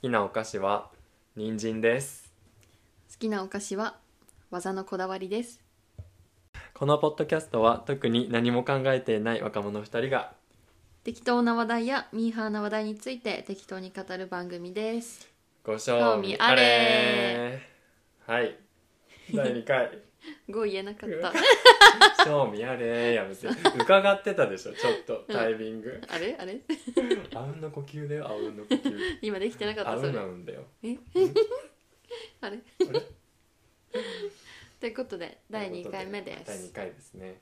きなお菓子は人参です好きなお菓子は技のこだわりですこのポッドキャストは特に何も考えていない若者2人が適当な話題やミーハーな話題について適当に語る番組ですご賞味あれ はい第2回語言えなかった賞味あれやめ て伺ってたでしょちょっとタイミング あれあれ あうんの呼吸だよあうんの呼吸今できてなかっあたうそれなんだよあれ あれということで第2回目で第2す回ですね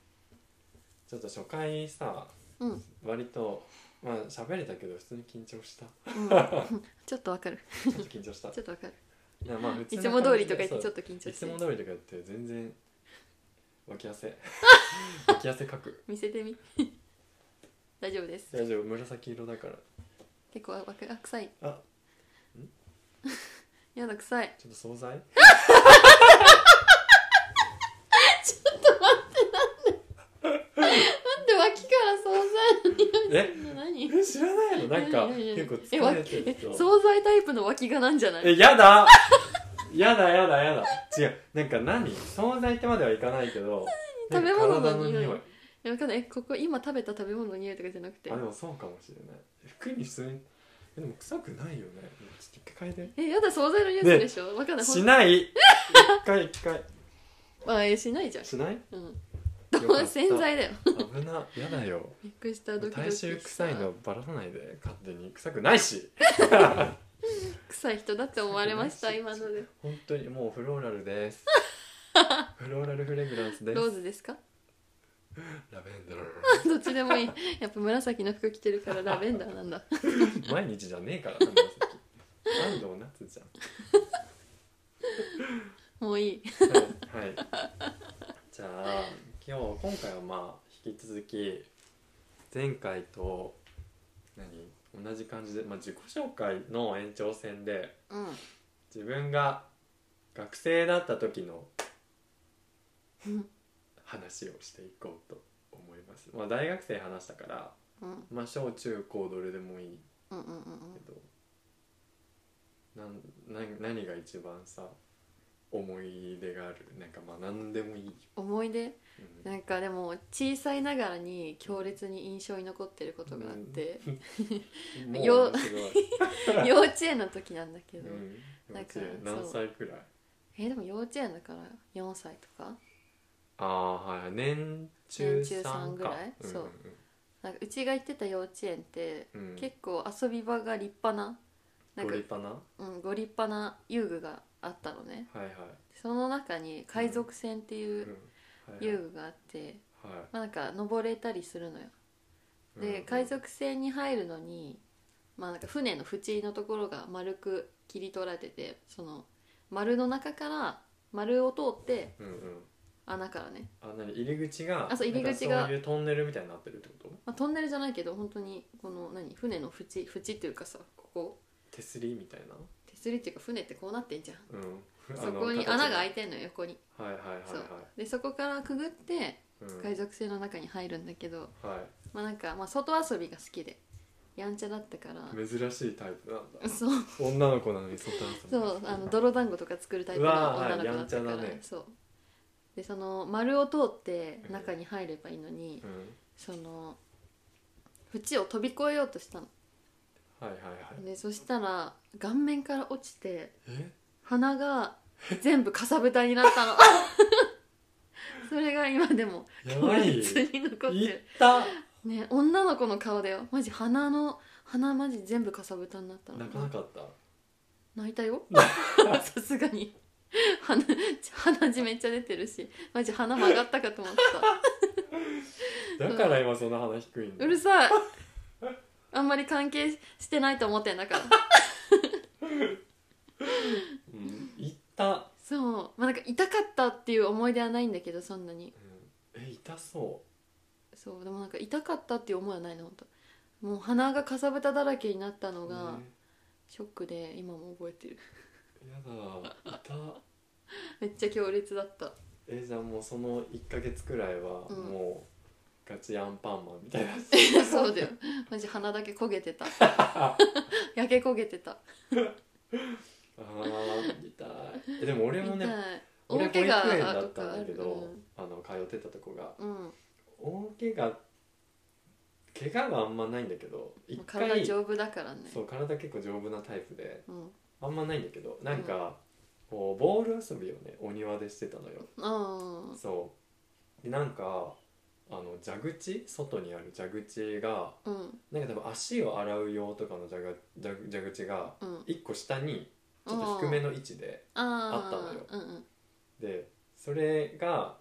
ちょっと初回さうん、うん、割とまあ喋れたけど普通に緊張 したちょっとわかるちょっと緊張したちょっとわかるいやまあ普通いなつも通りとか言っ感じてちでょっと緊張いしてつるも通りとかやって全然脇汗脇汗かく見せてみ 大丈夫です大丈夫紫色だから結構わくあ臭いあやだ臭いちょっと惣菜なんで脇から惣菜の匂いえするの何え知らないのなんか いやいやい結や構疲えれ脇てるえ人惣菜タイプの脇がなんじゃないえやだやだやだやだ違うなんか何惣菜ってまではいかないけど食べな物のんか体匂いえわかんないえここ今食べた食べ物の匂いとかじゃなくてあでもそうかもしれない服に普通にえでも臭くないよねちょっと一回変ええやだ惣菜の匂いするでしょわかんなていしほんない一回一回あえしないじゃんしないうんよかった洗剤だよ危なやだよびっくりしたドキドキ体臭した臭いのばらさないで勝手に臭くないし臭い人だって思われ ました臭くな今いしので本当にもうフローラルです フローラルフレグランスですローズですか ラベンダどっちでもいいやっぱ紫の服着てるからラベンダーなんだー 毎日じゃねえからな紫安藤夏じゃんもういいはい、はい、じゃあ今日今回はまあ引き続き前回と何同じ感じで、まあ、自己紹介の延長戦でうん自分が学生だった時のうん話をしていこうと思います、まあ、大学生話したから、うんまあ、小中高どれでもいいうんうんけどなん何何が一番さ思い出があるなんかまあ何でもいい、思い出うんなんかでも小さいながらに強烈に印象に残ってることがあって、もうよ面白 い幼稚園の時なんだけうど、ん幼なん稚か園何そ歳くらいえでも幼稚園だから4歳とかああはい年中年中ささんんかぐらいんそうなんかうちが行ってた幼稚園って、うんうん結構遊び場が立派ななんごか立派なうん、ご立派な遊具があったのねはいはいその中に海賊船ってういんうはいはい遊具があって、はまあ、なんか登れたりするのよいでうん海賊船に入るのに、まあ、なんか船の縁のところが丸く切り取られててその丸の中から丸を通ってうんうん穴からね、あ何入り口があそう入り口なんがかそういうトンネルみたいになってるってことまあ、トンネルじゃないけど本当にこの何船の縁縁っていうかさここ手すりみたいな手すりっていうか船ってこうなってんじゃんうんそこに穴が開いいてんのよ横にてはいはいはいそうはでそこからくぐっていうん海賊船の中に入るんだけど、はまあなんか、まあ、外遊びが好きでやんちゃだったからい珍しいタイプなんだそう女の子なのに外遊びそうあの泥団子とか作るタイプうのわー女の子だったかはら、いやんちゃだねそうでその丸を通って中に入ればいいのに、うんその縁を飛び越えようとしたのはいはいはいでそしたら顔面から落ちてえ鼻が全部かさぶたになった のそれが今でもや強ば い烈に残って行るったね女の子の顔だよマジ鼻の鼻マジ全部かさぶたになったの泣かなかった泣いたよ さすがに鼻鼻血めっちゃ出てるしマジ鼻曲がったかと思っだから今その鼻低いんただうるさいあんまり関係してないと思ってんだからうん行った、うん、そうまあなんか痛かったっていう思い出はないんだけどそんなにえ痛そそうでもなんか痛かったっていう思いはないの本当もう鼻がかさぶただらけになったのうがショックで今も覚えてるえやだ痛めっちゃ強烈だったえじゃあもうその1ヶ月くらいはうんもうガチアンパンマンみ たいな そうだよマジ鼻だけ焦げてた焼け焦げてたあー見たいえでも俺もみねたい俺大保育園怪だ我っとたんかあだけるどあの通ってたとこがうん、うん、大怪我怪我はあんまないんだけど一体回丈夫だからねそう体結構丈夫なタイプでうんあんまないんだけどなんか、こうボール遊びをねお庭でしてたのよあそうでなんかあの蛇口外にある蛇口があうんなんか多分足を洗う用とかの蛇が蛇蛇口がうん1個下にちょっと低めの位置でああったのようんうんでそれが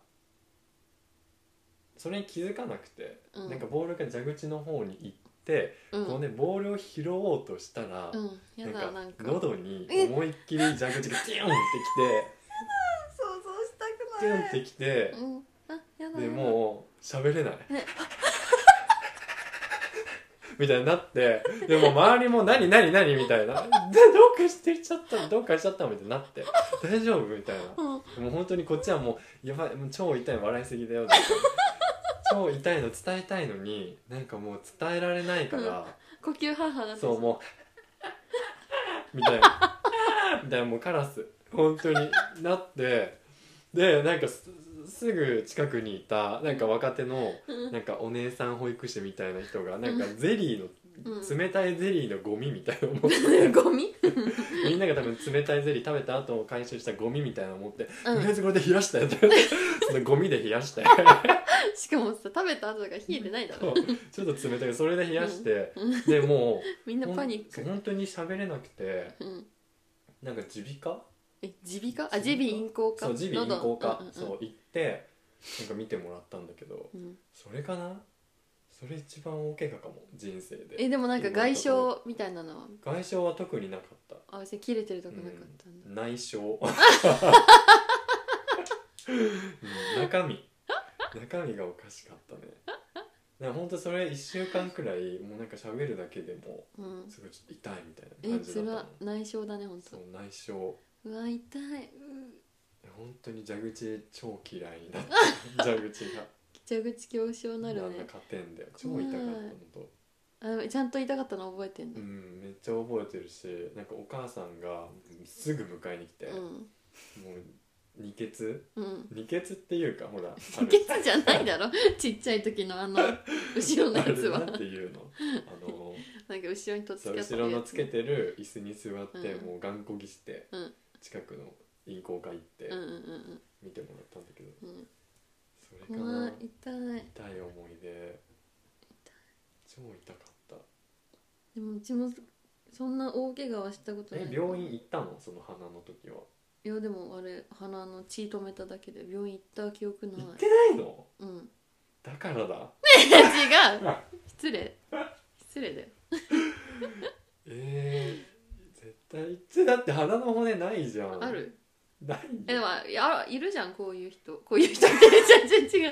それに気づかなくて、うんなんかボールが蛇口の方に行って、うんこうねボールを拾おうとしたら、うんやだななんんかか喉に思いっきり蛇口 がティュンってきて想像したくティュンってきてうんあやだでやだもう喋れないね みたいになってでも周りも「何何何?」みたいな「でどうかしてちゃったどうかしちゃった」みたいになって「大丈夫?」みたいなうんもう本当にこっちはもう「やばいもう超痛い笑いすぎだよ」超痛いの伝えたいのになんかもう伝えられないから、呼吸母だそうもうみたいなみたいなもうカラス本当になってでなんかすすぐ近くにいたなんか若手のうんなんかお姉さん保育士みたいな人がなんかゼリーの冷たいゼリーのゴミみたいなのを持ってゴミみんなが多分冷たいゼリー食べた後回収したゴミみたいなのを持ってうとりあえ んずこれで冷やしたよそのゴミで冷やしたよしかもさ食べた後が冷えてないだそろうちょっと冷たいそれで冷やして、うんでもみんうなパニッほんク本当に喋れなくてうんなんか耳鼻科え耳鼻科あ耳鼻咽喉科そう耳鼻咽喉科喉うんうんうんそう行ってなんか見てもらったんだけどうんそれかなそれ一番大怪我かも人生でえでもなんか外傷みたいなのは外傷は特になかったあ別に切れてるとこなかったんだ内傷うん中身中身がおかしかったねなんかほんとそれ1週間くらいもうなんか喋るだけでもうんすごいちょっと痛いみたいなえ感じだつったのら内傷だね本そ当う内傷うわ痛いう本当に蛇口超嫌いになった 蛇口が蛇口恐怖症なるんだねかてんだよ超痛かった怖い本当あちゃんと痛かったの覚えてんうのんめっちゃ覚えてるしなんかお母さんがすぐ迎えに来て、もう二血うんうん二血っていうかほらあ止る血じゃない だろちっちゃい時のあの後ろのあやつれはななんんかていうのあ の後ろにとっつそけうて後ろのつけてる椅子に座って、うんもう頑固着して、うん近くの銀行が行ってうんうんうん見てもらったんだけど、うんそれか怖ない痛い痛い思い出超痛かったでもうちもそんな大怪我はしたことないえ病院行ったのその鼻の時はいやでもあれ鼻の血止めただけで病院行った記憶ない行ってないのうんだからだ違う失礼失礼だよえー、絶対行ってだって鼻の骨ないじゃんあるないよえでもいやいるじゃんこういう人こういう人って全然違 う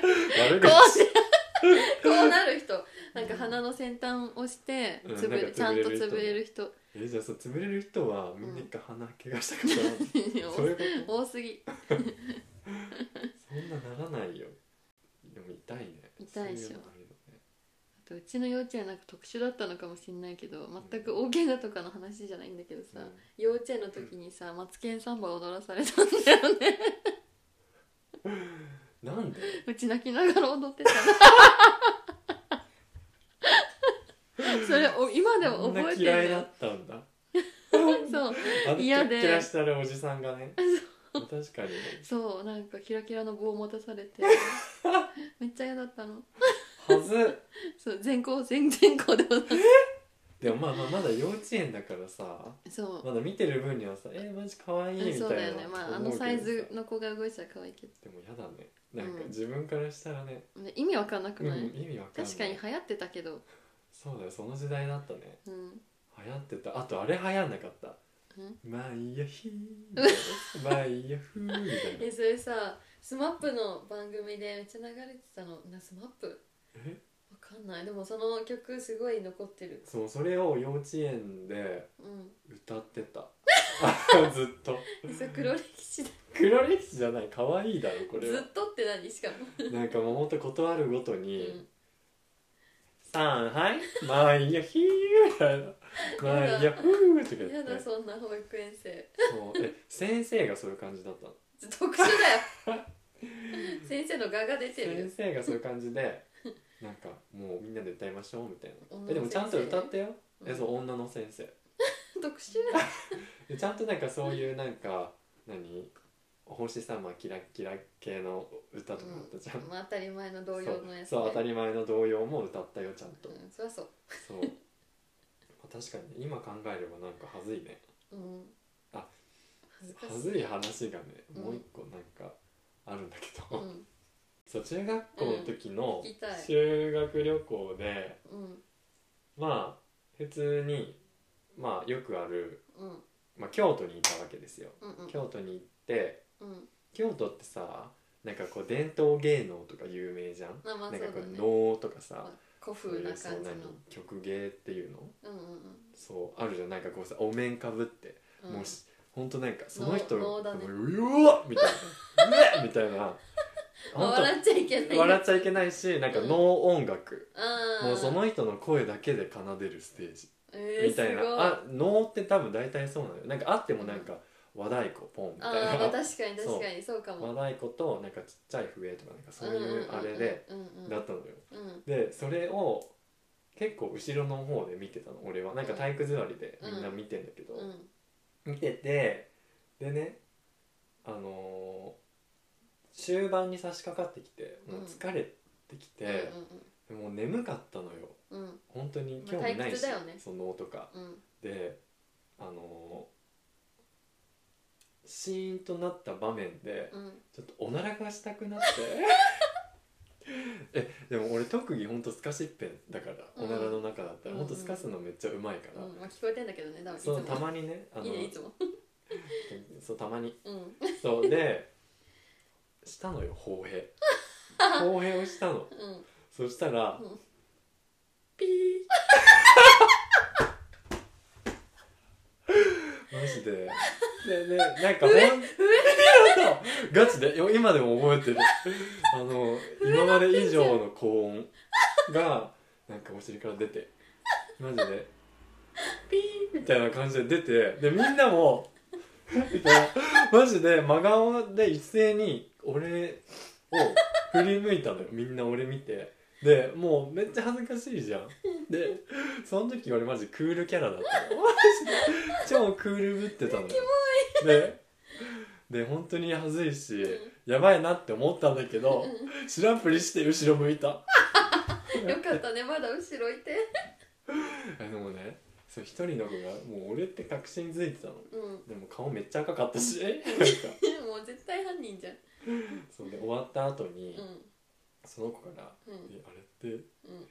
悪こ口うしてこうなる人なんか鼻の先端をしてうんつぶなんれかちゃんと潰潰れれる人えじゃあそう潰れる人はみんな一回鼻怪我したから、 そういうこと多すぎそんなならないよでも痛いね痛いでしょそううのあるよねあとうちの幼稚園なんか特殊だったのかもしれないけど全く大怪我とかの話じゃないんだけどさ、うん幼稚園の時にさ「マツケンサンバ」踊らされたんだよねなんでうち泣きながら踊ってた のそれお今でも覚そんなえて嫌るいだよったんだそうあのキラ嫌でッキラしてるおじさん がね確かにねそうなんかキラキラの棒を持たさ れてめっちゃ嫌だったのはずそう全校全全校で踊ってでもまあまあまだ幼稚園だからさそうまだ見てる分にはさ「えー、マジ可愛いみたいなそうだよねまあ思あうのけどさサイズの子が動いてたら可愛いけでもやだねなんかうん自分からしたらね、どね意味わかんなくうんない、意味わかんない確かに流行ってたけどそうだよその時代だったねうん流行ってたあとあれ流行んなかったうん「マイヤヒー」「マイヤフー」みたいなえそれさスマップの番組でめっちゃ流れてたのなスマップえわかんないでもその曲すごい残ってるそうそれを幼稚園でうん歌って たずっとえそれ黒歴史だ黒歴史じゃない可愛いだろこれずはっとって何しかも、なんかもうほんと断るごとうにん「さんはいマイヤヒー」みたいなまあやだいやふーって言やってだそんな保育園生そうえ先生がそういう感じだったの特殊だよ 先生の画が出てるよ先生がそういう感じ でなんかもうみんなで歌いましょうみたいな女のえでもちゃんと先生歌ってよ、うんえそう女の先生特殊だよでちゃんとなんかそういうなんか何星様キラキラ系の歌とかあったじゃん、まあ当たり前の童謡のやつそうそう当たりり前の童謡も歌ったよちゃんと、うんそりゃそうそう まあ確かにね今考えればなんかはずいねうんあ恥ずかしはずい話がね、うんもう一個なんかあるんだけうど、んそう中学校の時のうん聞きたい修学旅行で、うんまあ普通にまあよくある、うんまあ、京都にいたわけですようんうん京都に行ってうん京都ってさなんかこう伝統芸能とか有名じゃん、まあまあなんかこそうだねう能とかさ、古そうい風うなそ感うじの何曲芸っていうのうんうんうんそうあるじゃんなんかこうさお面かぶって、うんもうしほんとなんかその人能能だねもううわっみたいなうわっみたいなまあ 笑っちゃいけない笑っちゃいけないしなんか能音楽、あーもうその人の声だけで奏でるステージえーみたいな、すごあ能って多分大体そうなのよなんかあってもなんか和太鼓ポンみたいあーまあな確かに確かにそうかも 和太鼓となんかちっちゃい笛とかなんかそういうあれでうんうんうんうんだったのようんでそれを結構後ろの方で見てたの俺はなんか体育座りでみんな見てんだけど、うん見ててでねあのー終盤に差し掛かってきてもう疲れてきて、もう眠かったのようんうん本当にまあ興味ないし、退屈だよねその能とか。うんうんであのシーンとなった場面でうんちょっとおならがしたくなって えでも俺特技ほんとスカシッペンだから、うんおならの中だったらうんほうんんとスカすのめっちゃうまいから、うんまあ聞こえてんだけどね多分いつそうもたまにねあのいいねいつもそうたまにうんそうでしたのよ放屁放屁をしたのうんそしたら、うんピーマジで。ねね、なんかほん、そうガチで、よ今でも覚えてる。あの、今まで以上の高音が、なんかお尻から出て、マジで、ピーみたいな感じで出て、で、みんなも、 みたいな、マジで真顔で一斉に俺を振り向いたのよ。みんな俺見て。でもうめっちゃ恥ずかしいじゃんでその時俺マジクールキャラだったのマジで超クールぶってたのキモいでで本当に恥ずいし、やばいなって思ったんだけど知らんぷりして後ろ向いたよかったねまだ後ろいてあでもねそう一人の子がもう俺って確信づいてたのうん でも顔めっちゃ赤かったしなんかもう絶対犯人じゃんそうで終わった後に、うんその子からう「んえあれってうん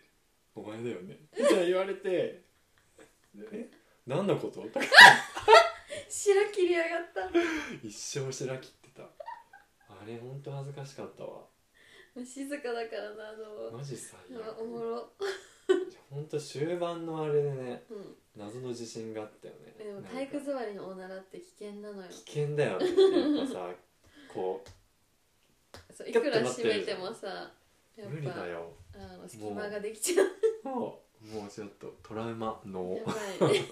お前だよね」みたいに言われて「でえ何の こと?」とか白切りやがった一生白切ってたあれほんと恥ずかしかったわ静かだからなあのマジ最あおも悪ろほんと終盤のあれでねうん謎の自信があったよねでもなんか体育座りのおならって危険なのよ危険だよねやっぱさこそういくら閉めてもさうやっ無理だぱよあの隙間ができちゃうもうもうちょっとトラウマ脳やばい ね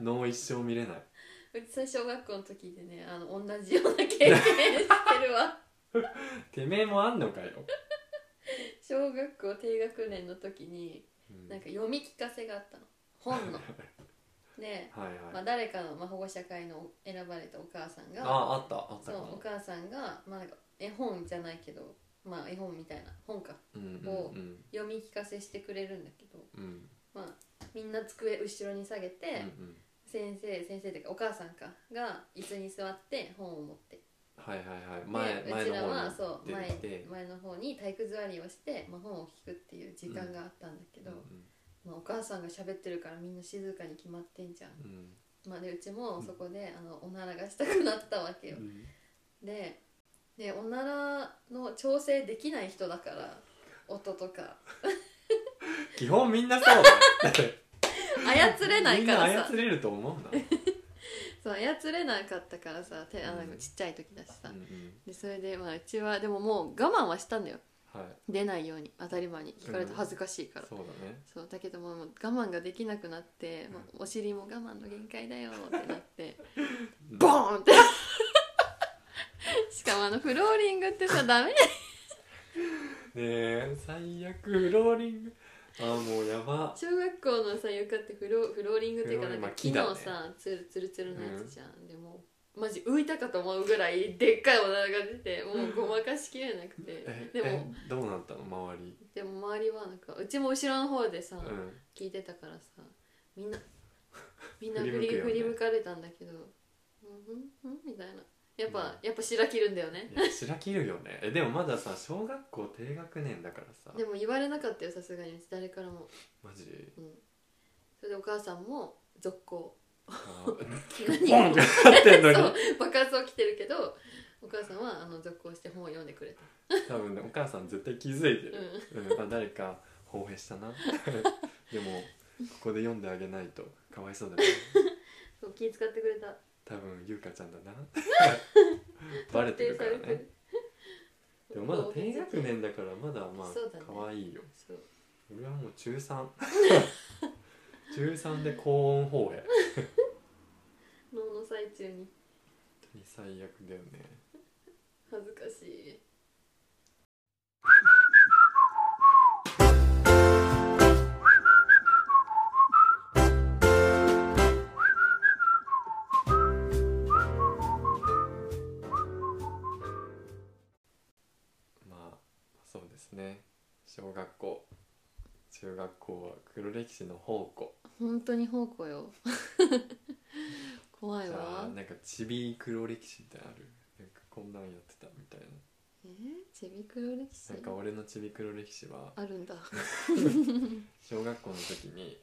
脳一生見れないうちさ小学校の時でねあの同じような経験してるわてめえもあんのかよ、小学校低学年の時にうんなんか読み聞かせがあったの本 ので、はいはい、まあ、誰かの、まあ、保護者会の選ばれたお母さんあがああったあったそかうおも母さんが、まあ、なんか絵本じゃないけど、まあ、絵本みたいな本かうんうんこうん読み聞かせしてくれるんだけど、うんうんまあ、みんな机後ろに下げて、うん先生先生というかお母さんかが椅子に座って本を持ってはいはいはいで前うち前らのは方そにう出前てきて前の方に体育座りをして、まあ、本を聞くっていう時間があったんだけど、まあ、お母さんが喋ってるからみんな静かに決まってんじゃん、うんうんまあ、でうちもそこで、あのおならがしたくなったわけうよ、んででおならの調整できない人だから音とか基本みんなそうだ操れないからみんなさ操れると思うなそう操れなかったからさ手あなんかちっちゃい時だしさ、うんうんでそれでまあうちはでももう我慢はしたんだよはい出ないように当たり前に聞かれたうん恥ずかしいから、そうだねそうだけどももう我慢ができなくなって、まあお尻も我慢の限界だよってなってボンーンって しかもあのフローリングってさダメでねえ最悪フローリングあーもうやば小学校のさ床ってフロフローリングっていうかフなローんリングかまあ木木だねのさ、つるつるつるのやつじゃん、でもマジ浮いたかと思うぐらいでっかいおならが出 てもうごまかしきれなくてえでもえどうなったの周りでも周りはなんかうちも後ろの方でさ、うん聞いてたからさみ んなみんな振り向く振りよね振り向かれたんだけど「うんうんうん」みたいなやっぱ、うやっぱ白切るんだよねいや白切るよねえでもまださ小学校低学年だからさでも言われなかったよさすがにうち誰からも、マジうん、それでお母さんも続行あーボ何ンってなってんのにそう 爆発起きてるけどお母さんはあの続行して本を読んでくれた、多分ねお母さん絶対気づいてる、ううんあ誰か放屁したな でもここで読んであげないとかわいそうだねん、そう気使ってくれた多分優香ちゃんだ なバレてるから肯定され ねてでもまだ低学年だからまだまそうだねあ可愛いよそう俺はもう中3 中3で高音放映脳の最中に本当に最悪だよね恥ずかしいまあそうですね小学校中学校は黒歴史の宝庫本当に宝庫よ 怖いじゃわあなんかちび黒歴史みたいなのあるなんかこんなんやってたみたいなえー、ちび黒歴史なんか俺のちび黒歴史はあるんだ小学校の時に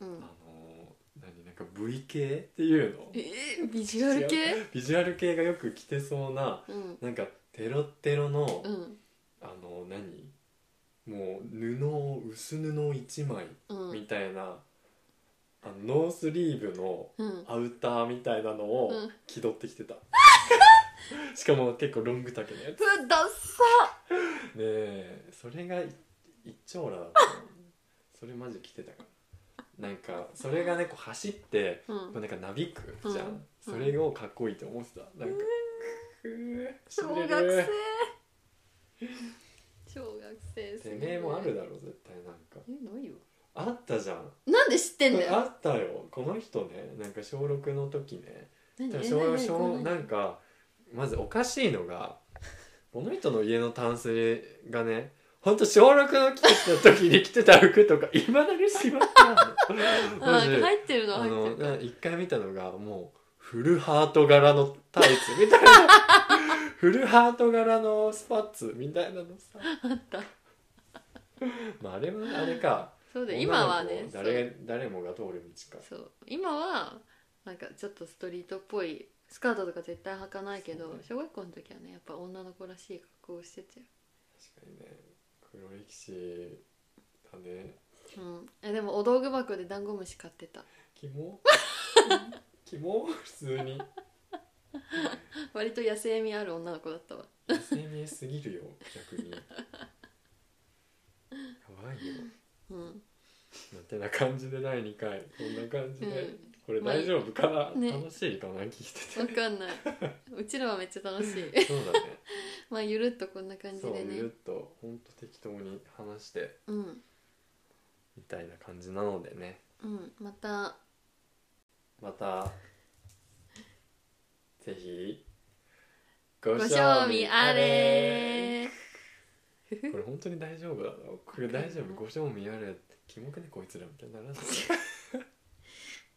うあんのー、何なんか V 系っていうのえー、ビジュアル系ビジュアル系がよく着てそうなうんなんかテロッテロの、うんあの何もう布を薄布一枚うんみたいな、あのノースリーブのうんアウターみたいなのをうん気取ってきて た、しかも結構ロング丈のやつねうわダッサえそれがい一丁羅だったのそれマジ着てたからなんかそれがねこう走ってうこうんなんかなびくじゃん、うんそれをかっこいいと思ってたなんか「くー死小んで学る生小学生すてぎめえもあるだろ絶対なんかえないよあったじゃんなんで知ってんだよあったよこの人ねなんか小6の時ね何え小何小何なんかまずおかしいのがこの人の家のタンスがねほんと小6の着てた時に着てた服とかいまだにしまってあるの あマジー入ってるのあ入のってるな一回見たのがもうフルハート柄のタイツみたいな フルハート柄のスパッツみたいなのさあったまああれはあれかそうだよ今は女ねの子誰が誰もが通る道かそうそう今はなんかちょっとストリートっぽいスカートとか絶対履かないけそうどね小学校の時はねやっぱ女の子らしい格好をしてたよ確かにね黒歴史だねうん、えでもお道具箱でダンゴムシ買ってた キモキモ普通に割と野生味ある女の子だったわ SNS すぎるよ逆にやばいようんまあてな感じで第2回こんな感じで、うんこれ大丈夫かな、ね楽しいかな聞いて分 かんないうちらはめっちゃ楽しいてそうだねまあゆるっとこんな 感じそうでゆるねっとほんと適当に話してうんみたいな感じなのでねうんまたまたぜひご賞味あれこれ本当に大丈夫だろこれ大丈夫ご賞味あれキモくねこいつらみたいにならない